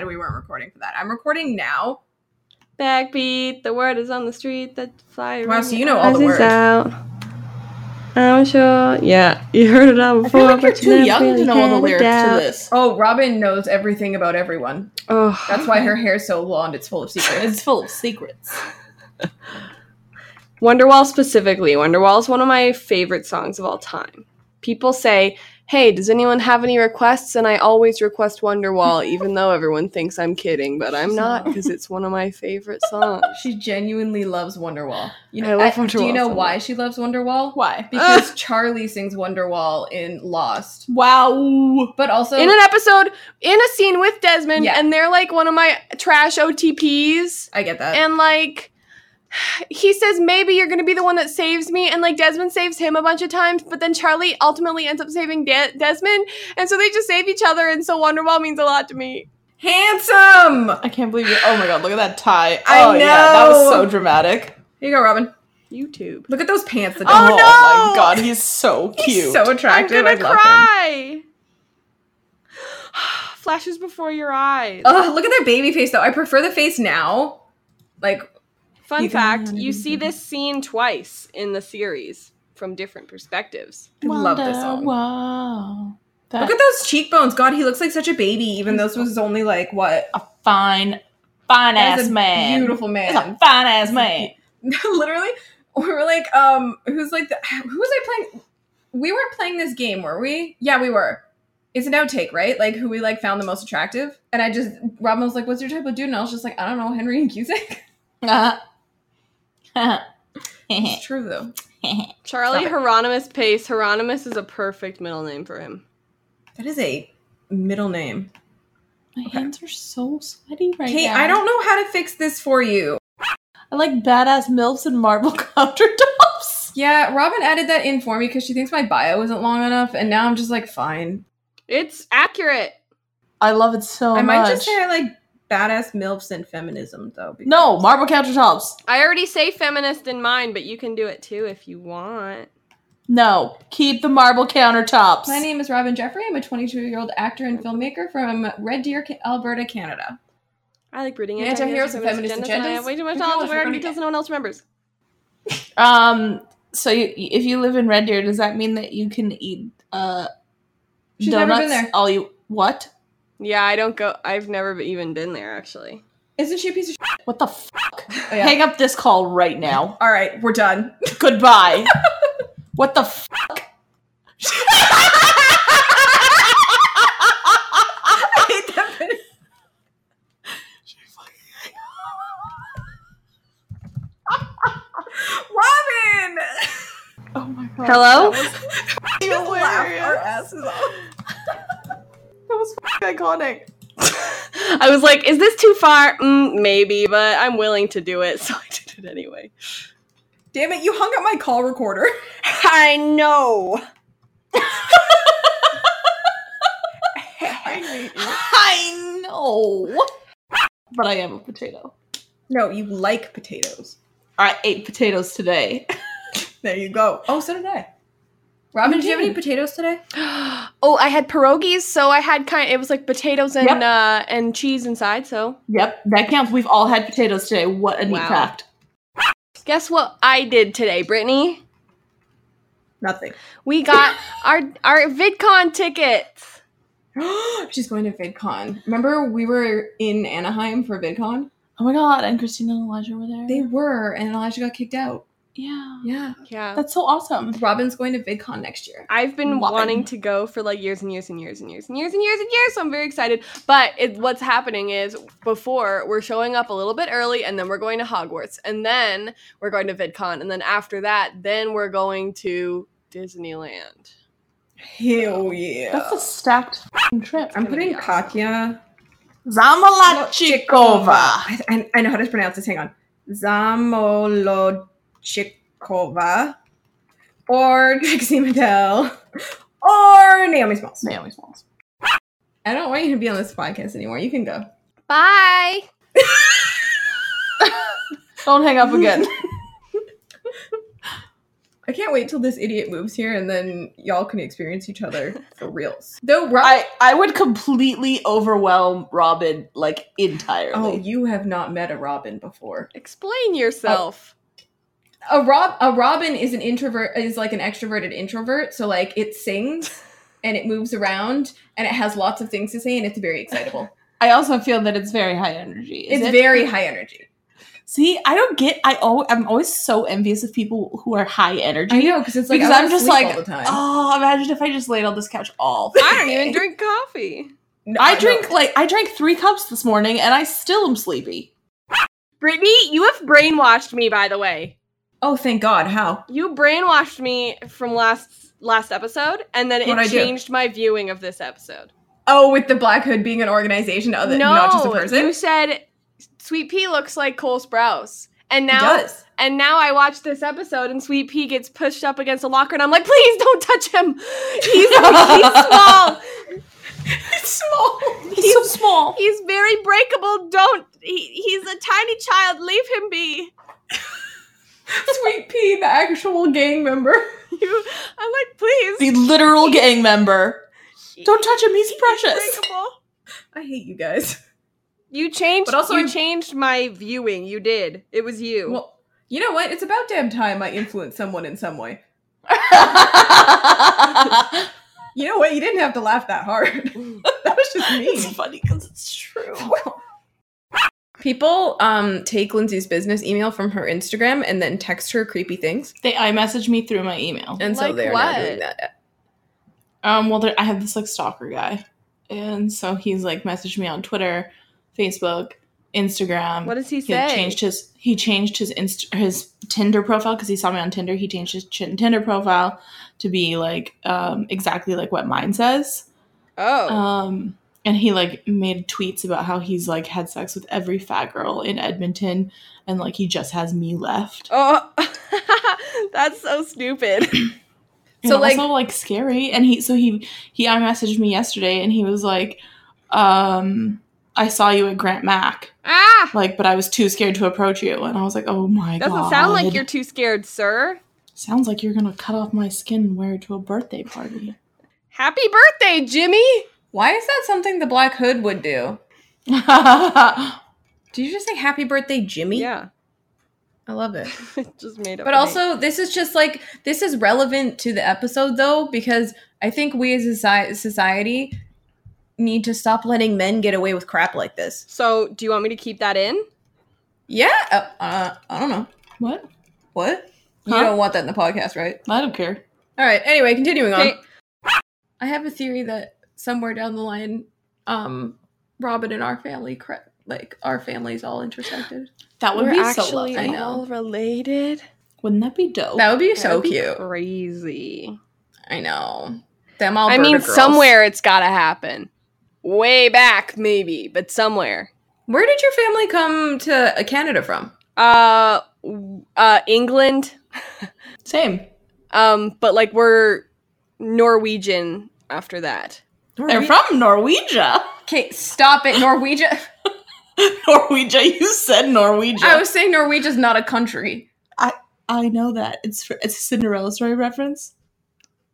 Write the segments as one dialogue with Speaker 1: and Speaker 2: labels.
Speaker 1: said we weren't recording for that. I'm recording now.
Speaker 2: Backbeat, the word is on the street, that fire.
Speaker 1: Wow, so you know all the words.
Speaker 2: out. I'm sure. Yeah, you heard it all
Speaker 3: I
Speaker 2: before.
Speaker 3: feel like you're
Speaker 2: but
Speaker 3: too
Speaker 2: never
Speaker 3: young to
Speaker 2: really
Speaker 3: know all the
Speaker 2: had a
Speaker 3: lyrics to
Speaker 2: doubt.
Speaker 3: this.
Speaker 1: Oh, Robin knows everything about everyone.
Speaker 2: Oh,
Speaker 1: That's why her hair's so blonde. It's full of secrets.
Speaker 3: It's full of secrets.
Speaker 2: Wonderwall specifically. Wonderwall is one of my favorite songs of all time. People say, "Hey, does anyone have any requests?" And I always request Wonderwall, even though everyone thinks I'm kidding, but I'm
Speaker 1: She's not.
Speaker 2: not because it's one of my favorite songs.
Speaker 1: she genuinely loves Wonderwall. You
Speaker 2: I
Speaker 1: know,
Speaker 2: love
Speaker 1: Do
Speaker 2: Wonderwall
Speaker 1: you know
Speaker 2: so
Speaker 1: why she loves Wonderwall?
Speaker 3: Why?
Speaker 1: Because Charlie sings Wonderwall in Lost.
Speaker 3: Wow.
Speaker 1: But also,
Speaker 2: in an episode, in a scene with Desmond,
Speaker 1: Yeah.
Speaker 2: and they're like one of my trash OTPs,
Speaker 1: I get that.
Speaker 2: and like. He says maybe you're gonna be the one that saves me, and like Desmond saves him a bunch of times, but then Charlie ultimately ends up saving De- Desmond, and so they just save each other, and so Wonderwall means a lot to me.
Speaker 1: Handsome!
Speaker 3: I can't believe you. Oh my god, look at that tie.
Speaker 1: I
Speaker 3: oh yeah, that was
Speaker 1: know.
Speaker 3: so dramatic.
Speaker 1: Here you go, Robin.
Speaker 2: YouTube.
Speaker 1: Look at those pants that
Speaker 2: Oh,
Speaker 1: don't
Speaker 2: no.
Speaker 3: my god, he's so cute.
Speaker 1: He's so
Speaker 2: I'm
Speaker 1: attractive.
Speaker 2: gonna
Speaker 1: I love him.
Speaker 2: cry. Flashes before your eyes.
Speaker 1: Oh, look at that baby face though. I prefer the face now. Like,
Speaker 2: Fun
Speaker 1: you can-
Speaker 2: fact: you see this scene twice in the series from different perspectives.
Speaker 1: I love this song.
Speaker 3: Wow.
Speaker 1: Look at those cheekbones. God, he looks like such a baby, even though this was only like what?
Speaker 3: a fine, fine
Speaker 1: That is
Speaker 3: ass
Speaker 1: a
Speaker 3: man.
Speaker 1: Beautiful
Speaker 3: That's a
Speaker 1: man.
Speaker 3: fine ass man.
Speaker 1: Literally, we were like, um, who's like the who was I playing? We weren't playing this game, were we? Yeah, we were. It's an outtake, right? Like who we like found the most attractive. And I just Robin was like, What's your type of dude? And I was just like, I don't know, Henry and Cusick. it's true though.
Speaker 2: Charlie
Speaker 1: Stop it.
Speaker 2: Hieronymus Pace. Hieronymus is a perfect middle name for him.
Speaker 1: That is a middle name.
Speaker 3: My
Speaker 1: Okay.
Speaker 3: hands are so sweaty right
Speaker 1: Kate,
Speaker 3: now.
Speaker 1: I don't know how to fix this for you.
Speaker 3: I like badass milfs and marble countertops.
Speaker 1: Yeah, Robin added that in for me because she thinks my bio isn't long enough, and now I'm just like, fine.
Speaker 2: It's accurate.
Speaker 3: I love it so
Speaker 1: I
Speaker 3: much.
Speaker 1: might just say I like badass milfs and feminism though. because-
Speaker 3: no marble countertops.
Speaker 2: I already say feminist in mine, but you can do it too if you want.
Speaker 3: No, keep the marble countertops.
Speaker 1: My name is Robin Jeffrey. I'm a 22 year old actor and filmmaker from Red Deer, Ca- Alberta, Canada.
Speaker 2: I like rooting
Speaker 1: Yeah, anti-heroes
Speaker 2: anti-heroes and
Speaker 1: and
Speaker 2: feminist
Speaker 1: feminist
Speaker 2: agendas, and I have
Speaker 1: agendas.
Speaker 2: way too much
Speaker 1: Who
Speaker 2: knowledge
Speaker 1: knows?
Speaker 2: of
Speaker 1: We're gonna
Speaker 2: already because
Speaker 1: get-
Speaker 2: no one else remembers.
Speaker 3: Um, so you, if you live in Red Deer, does that mean that you can eat uh
Speaker 1: She's never
Speaker 3: donuts
Speaker 1: been there.
Speaker 3: all you what?
Speaker 2: Yeah, I don't go. I've never even been there actually.
Speaker 1: Isn't she a piece of shit?
Speaker 3: What the fuck?
Speaker 1: Oh, yeah.
Speaker 3: Hang up this call right now.
Speaker 1: All right, we're done.
Speaker 3: Goodbye. what the fuck?
Speaker 1: Robin!
Speaker 3: oh my god.
Speaker 2: Hello?
Speaker 3: That was,
Speaker 1: Just laugh our
Speaker 3: hilarious.
Speaker 1: asses off.
Speaker 3: that was fucking iconic.
Speaker 2: I was like, is this too far? Mm, maybe, but I'm willing to do it, so I did it anyway.
Speaker 1: Damn it, you hung up my call recorder.
Speaker 2: I know.
Speaker 3: I know. But I am a potato.
Speaker 1: No, you like potatoes.
Speaker 3: I ate potatoes today.
Speaker 1: There you go. Oh, so did I. Robin,
Speaker 3: You
Speaker 1: did you have any
Speaker 3: did.
Speaker 1: potatoes today?
Speaker 2: Oh, I had pierogies, so I had kind. It was like potatoes and
Speaker 3: Yep.
Speaker 2: uh, and cheese inside. So
Speaker 3: Yep, that counts. We've all had potatoes today. What a neat
Speaker 2: Wow.
Speaker 3: fact.
Speaker 2: guess what I did today, Brittany?
Speaker 1: Nothing.
Speaker 2: We got our our VidCon tickets.
Speaker 1: She's going to VidCon. Remember, we were in Anaheim for VidCon?
Speaker 3: Oh my god, and Christina and Elijah were there.
Speaker 1: They were, and Elijah got kicked out.
Speaker 3: yeah.
Speaker 1: Yeah.
Speaker 2: Yeah,
Speaker 3: That's so awesome.
Speaker 1: Robin's going to VidCon next year.
Speaker 2: I've been
Speaker 3: Why?
Speaker 2: wanting to go for like years and years and years and years and years and years and years, so I'm very excited. But it, what's happening is before we're showing up a little bit early, and then we're going to Hogwarts, and then we're going to VidCon, and then after that, then we're going to Disneyland.
Speaker 1: Hell yeah.
Speaker 3: That's a stacked f***ing trip.
Speaker 1: I'm
Speaker 2: gonna
Speaker 1: putting
Speaker 2: be awesome.
Speaker 1: Katya
Speaker 3: Zamolachikova.
Speaker 1: I, I, I know how to pronounce this. Hang on. Zamolochikova or Trixie Mattel or Naomi Smalls.
Speaker 3: Naomi Smalls.
Speaker 1: I don't want you to be on this podcast anymore. You can go.
Speaker 2: Bye.
Speaker 3: Don't hang up again.
Speaker 1: I can't wait till this idiot moves here and then y'all can experience each other for reals. Though Rob
Speaker 3: I, I would completely overwhelm Robin like
Speaker 1: Oh,
Speaker 3: entirely.
Speaker 1: you have not met a Robin before.
Speaker 2: Explain yourself.
Speaker 1: A Rob a Robin is an introvert is like an extroverted introvert, so like it sings and it moves around and it has lots of things to say and it's very excitable.
Speaker 3: I also feel that it's very high energy. is
Speaker 1: it's
Speaker 3: it?
Speaker 1: very high energy.
Speaker 3: See, I don't get. I al- I'm always so envious of people who are high energy.
Speaker 1: I know because it's like
Speaker 3: Because
Speaker 1: I
Speaker 3: I'm
Speaker 1: wanna
Speaker 3: just
Speaker 1: sleep
Speaker 3: like,
Speaker 1: all the time.
Speaker 3: Oh, imagine if I just laid on this couch all.
Speaker 2: I don't even
Speaker 3: day.
Speaker 2: drink coffee.
Speaker 1: No,
Speaker 3: I
Speaker 1: no.
Speaker 3: drink like I drank three cups this morning, and I still am sleepy.
Speaker 2: Brittany, you have brainwashed me, by the way.
Speaker 1: Oh, thank God! How?
Speaker 2: You brainwashed me from last last episode, and then
Speaker 1: What'd I
Speaker 2: it
Speaker 1: do?
Speaker 2: changed my viewing of this episode.
Speaker 1: Oh, with the Black Hood being an organization, other
Speaker 2: no,
Speaker 1: not just a person.
Speaker 2: you said Sweet Pea looks like Cole Sprouse, and
Speaker 1: He
Speaker 2: now
Speaker 1: does.
Speaker 2: and now I watched this episode, and Sweet Pea gets pushed up against a locker, and I'm like, please don't touch him. He's, he's small.
Speaker 1: It's small.
Speaker 3: He's so small.
Speaker 2: He's very breakable. Don't. He, he's a tiny child. Leave him be.
Speaker 1: Sweet Pea, the actual gang member.
Speaker 2: You, I'm like, please.
Speaker 3: The literal gang member. Don't touch him. He's
Speaker 2: He's
Speaker 3: precious.
Speaker 2: breakable.
Speaker 1: I hate you guys.
Speaker 2: You changed.
Speaker 1: But also
Speaker 2: you
Speaker 1: I'm-
Speaker 2: changed my viewing. You did. It was you.
Speaker 1: Well, you know what? It's about damn time I influenced someone in some way. You know what? You didn't have to laugh that hard. that was just
Speaker 3: it's
Speaker 1: mean.
Speaker 3: funny because it's true.
Speaker 1: People um, take Lindsay's business email from her Instagram and then text her creepy things,
Speaker 3: They I messaged me through my email.
Speaker 1: and so
Speaker 2: Like
Speaker 1: they are not
Speaker 2: what?
Speaker 1: doing that.
Speaker 3: Um, well, there, I have this like stalker guy, and so he's like messaged me on Twitter, Facebook, Instagram.
Speaker 2: what does he
Speaker 3: he
Speaker 2: say?
Speaker 3: changed his he changed his inst- his Tinder profile because he saw me on Tinder. He changed his chin- Tinder profile to be like um, exactly like what mine says.
Speaker 2: oh.
Speaker 3: Um, and he like made tweets about how he's like had sex with every fat girl in Edmonton, and like he just has me left.
Speaker 2: Oh, that's so stupid.
Speaker 1: So,
Speaker 3: so
Speaker 1: like-
Speaker 3: like also like scary and he so he he i messaged me yesterday and he was like um i saw you at grant mac
Speaker 2: ah,
Speaker 3: like but i was too scared to approach you and i was like oh my
Speaker 2: doesn't
Speaker 3: god
Speaker 2: sound like you're too scared, sir.
Speaker 3: sounds like you're gonna cut off my skin and wear it to a birthday party
Speaker 2: Happy birthday, Jimmy.
Speaker 1: Why is that something the Black Hood would do?
Speaker 3: i
Speaker 1: Did you just say "Happy Birthday, Jimmy"?
Speaker 2: Yeah,
Speaker 1: I love it.
Speaker 2: just made up.
Speaker 1: But
Speaker 2: a
Speaker 1: also, this is just like this is relevant to the episode though, because I think we as a soci- society need to stop letting men get away with crap like this.
Speaker 2: name. So, do you want me to keep that in?
Speaker 1: Yeah, uh, uh, I don't know
Speaker 3: what
Speaker 1: what you
Speaker 3: Huh?
Speaker 1: don't want that in the podcast, right?
Speaker 3: i don't care
Speaker 1: All right. Anyway, continuing on.
Speaker 2: Okay.
Speaker 1: I have a theory that somewhere down the line, um, Robin and our family, cre- like our families, all intersected.
Speaker 3: that would
Speaker 2: We're
Speaker 3: be so
Speaker 2: actually
Speaker 1: I
Speaker 3: lovely
Speaker 1: know.
Speaker 2: all related.
Speaker 3: wouldn't that be dope
Speaker 1: That would be
Speaker 2: That
Speaker 1: so
Speaker 2: would Oh, be
Speaker 1: cute.
Speaker 2: Crazy.
Speaker 1: I know. Them all.
Speaker 2: I mean,
Speaker 1: girls.
Speaker 2: somewhere it's gotta happen. Way back, maybe, but somewhere.
Speaker 1: Where did your family come to uh, Canada from?
Speaker 2: Uh, w- uh, England.
Speaker 3: same
Speaker 2: Um, but like we're Norwegian after that.
Speaker 3: they're from norwegia
Speaker 1: Okay, stop it. Norwegian.
Speaker 3: norwegia you said norwegia
Speaker 1: I was saying Norwegia's not a country.
Speaker 3: I know that. It's for, it's a Cinderella story reference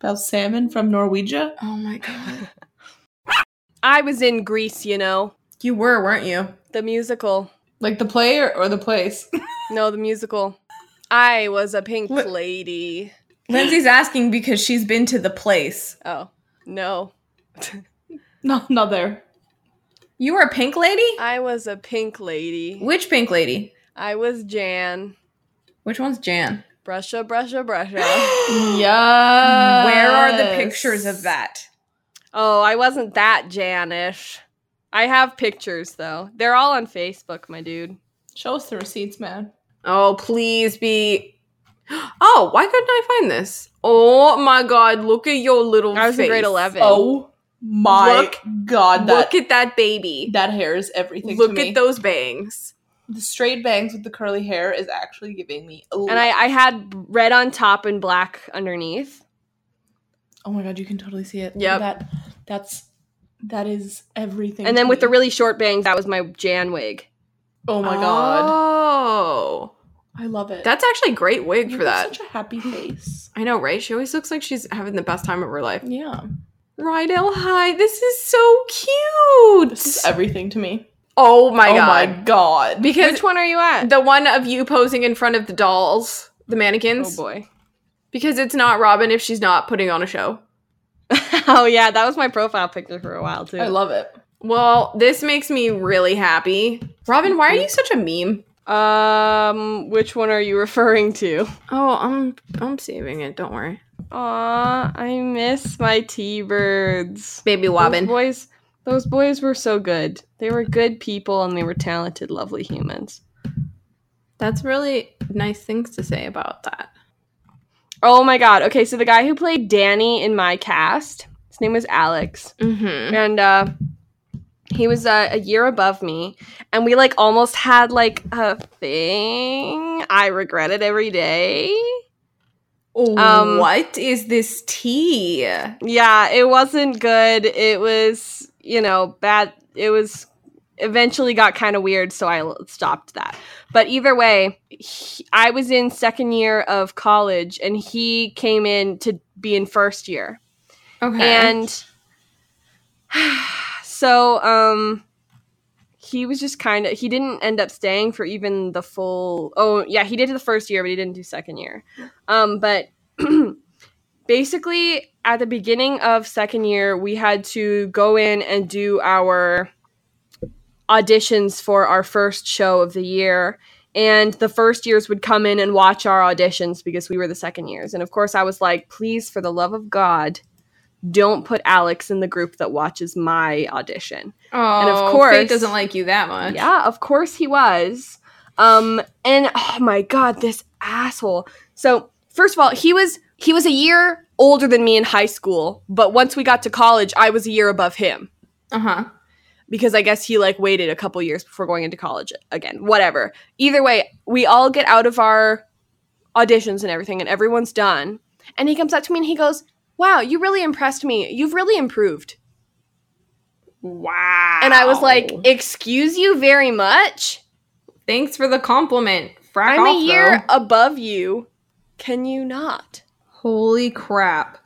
Speaker 3: about salmon from Norwegia.
Speaker 1: Oh my god.
Speaker 2: I was in Greece, you know,
Speaker 1: You were, weren't you?
Speaker 2: the musical.
Speaker 3: Like the play or, or the place?
Speaker 2: No, the musical. I was a pink
Speaker 1: What?
Speaker 2: lady.
Speaker 1: Lindsay's asking because she's been to the place.
Speaker 2: Oh, no.
Speaker 3: No, not there.
Speaker 1: You were a pink lady?
Speaker 2: I was a pink lady.
Speaker 1: Which pink lady?
Speaker 2: I was Jan.
Speaker 1: Which one's Jan?
Speaker 2: Brusha, brusha, brusha.
Speaker 3: yeah.
Speaker 1: Where are the pictures of that?
Speaker 2: oh, I wasn't that Janish. I have pictures, though. They're all on Facebook, my dude.
Speaker 3: Show us the receipts, man.
Speaker 1: Oh, please be. Oh, why couldn't I find this? Oh my god, look at your little
Speaker 2: I was in grade
Speaker 1: face.
Speaker 2: 11.
Speaker 3: Oh my
Speaker 1: Look-
Speaker 3: god, that
Speaker 1: Look at that baby.
Speaker 3: that hair is everything.
Speaker 1: Look
Speaker 3: to me.
Speaker 1: at those bangs.
Speaker 3: the straight bangs with the curly hair is actually giving me. A
Speaker 2: And I, I had red on top and black underneath.
Speaker 3: oh my god, you can totally see it.
Speaker 1: Yep.
Speaker 3: that that's that is everything.
Speaker 2: And
Speaker 3: to
Speaker 2: then with the
Speaker 3: me.
Speaker 2: really short bangs, that was my Jan wig.
Speaker 3: oh my god,
Speaker 1: Oh.
Speaker 3: I love it.
Speaker 1: That's actually a great wig
Speaker 3: You
Speaker 1: for
Speaker 3: have
Speaker 1: that.
Speaker 3: Such a happy face.
Speaker 1: I know, right? She always looks like she's having the best time of her life.
Speaker 3: Yeah.
Speaker 1: Rydell High, this is so cute.
Speaker 3: This is everything to me.
Speaker 1: oh my
Speaker 3: oh
Speaker 1: god.
Speaker 3: my god.
Speaker 1: Because
Speaker 2: Which one are you at?
Speaker 1: the one of you posing in front of the dolls, the
Speaker 2: Oh
Speaker 1: mannequins,
Speaker 2: boy.
Speaker 1: because it's not Robin if she's not putting on a show.
Speaker 2: oh yeah, that was my profile picture for a while too.
Speaker 3: I love it.
Speaker 1: Well, this makes me really happy. Robin, why are you such a meme?
Speaker 2: um, which one are you referring to?
Speaker 1: Oh, I'm I'm saving it. Don't worry,
Speaker 2: Aw, I miss my T-birds.
Speaker 1: baby
Speaker 2: Those
Speaker 1: Robin.
Speaker 2: boys, those boys were so good. They were good people and they were talented, lovely humans.
Speaker 1: That's really nice things to say about that.
Speaker 2: Oh my god. Okay, so the guy who played Danny in my cast, his name was Alex.
Speaker 1: Mm-hmm.
Speaker 2: And uh he was uh, a year above me and we like almost had like a thing. I regret it every day. Um,
Speaker 1: what is this tea?
Speaker 2: Yeah, it wasn't good. It was, you know, bad. It was eventually got kind of weird, so I l- stopped that. But either way, he- I was in second year of college and he came in to be in first year.
Speaker 1: Okay.
Speaker 2: And so um he was just kind of he didn't end up staying for even the full oh yeah, he did the first year, but he didn't do second year. Um but basically at the beginning of second year, we had to go in and do our auditions for our first show of the year. And the first years would come in and watch our auditions because we were the second years. And of course, I was like, please, for the love of God, don't put Alex in the group that watches my audition.
Speaker 1: oh,
Speaker 2: and of
Speaker 1: Fate
Speaker 2: course-
Speaker 1: doesn't like you that much.
Speaker 2: Yeah, of course he was. Um, and oh my god, this asshole. So first of all, he was he was a year older than me in high school, but once we got to college, I was a year above him
Speaker 1: Uh huh.
Speaker 2: because I guess he like waited a couple years before going into college again. Whatever. Either way, we all get out of our auditions and everything, and everyone's done. And he comes up to me and he goes, "Wow, you really impressed me. You've really improved."
Speaker 1: Wow.
Speaker 2: And I was like, "Excuse you very much.
Speaker 1: thanks for the compliment. Frack
Speaker 2: I'm
Speaker 1: off,
Speaker 2: a year
Speaker 1: though.
Speaker 2: above you. Can you not?"
Speaker 1: Holy crap.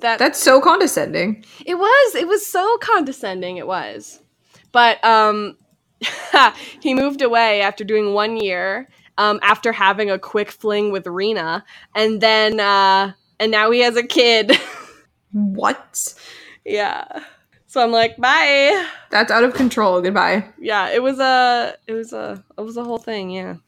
Speaker 2: That
Speaker 1: That's so condescending.
Speaker 2: It was. It was so condescending. It was. But um, he moved away after doing one year. Um, after having a quick fling with Rena, and then uh, and now he has a kid.
Speaker 1: What?
Speaker 2: yeah. So I'm like, bye.
Speaker 1: That's out of control. Goodbye.
Speaker 2: Yeah. It was a. It was a. It was a whole thing. Yeah.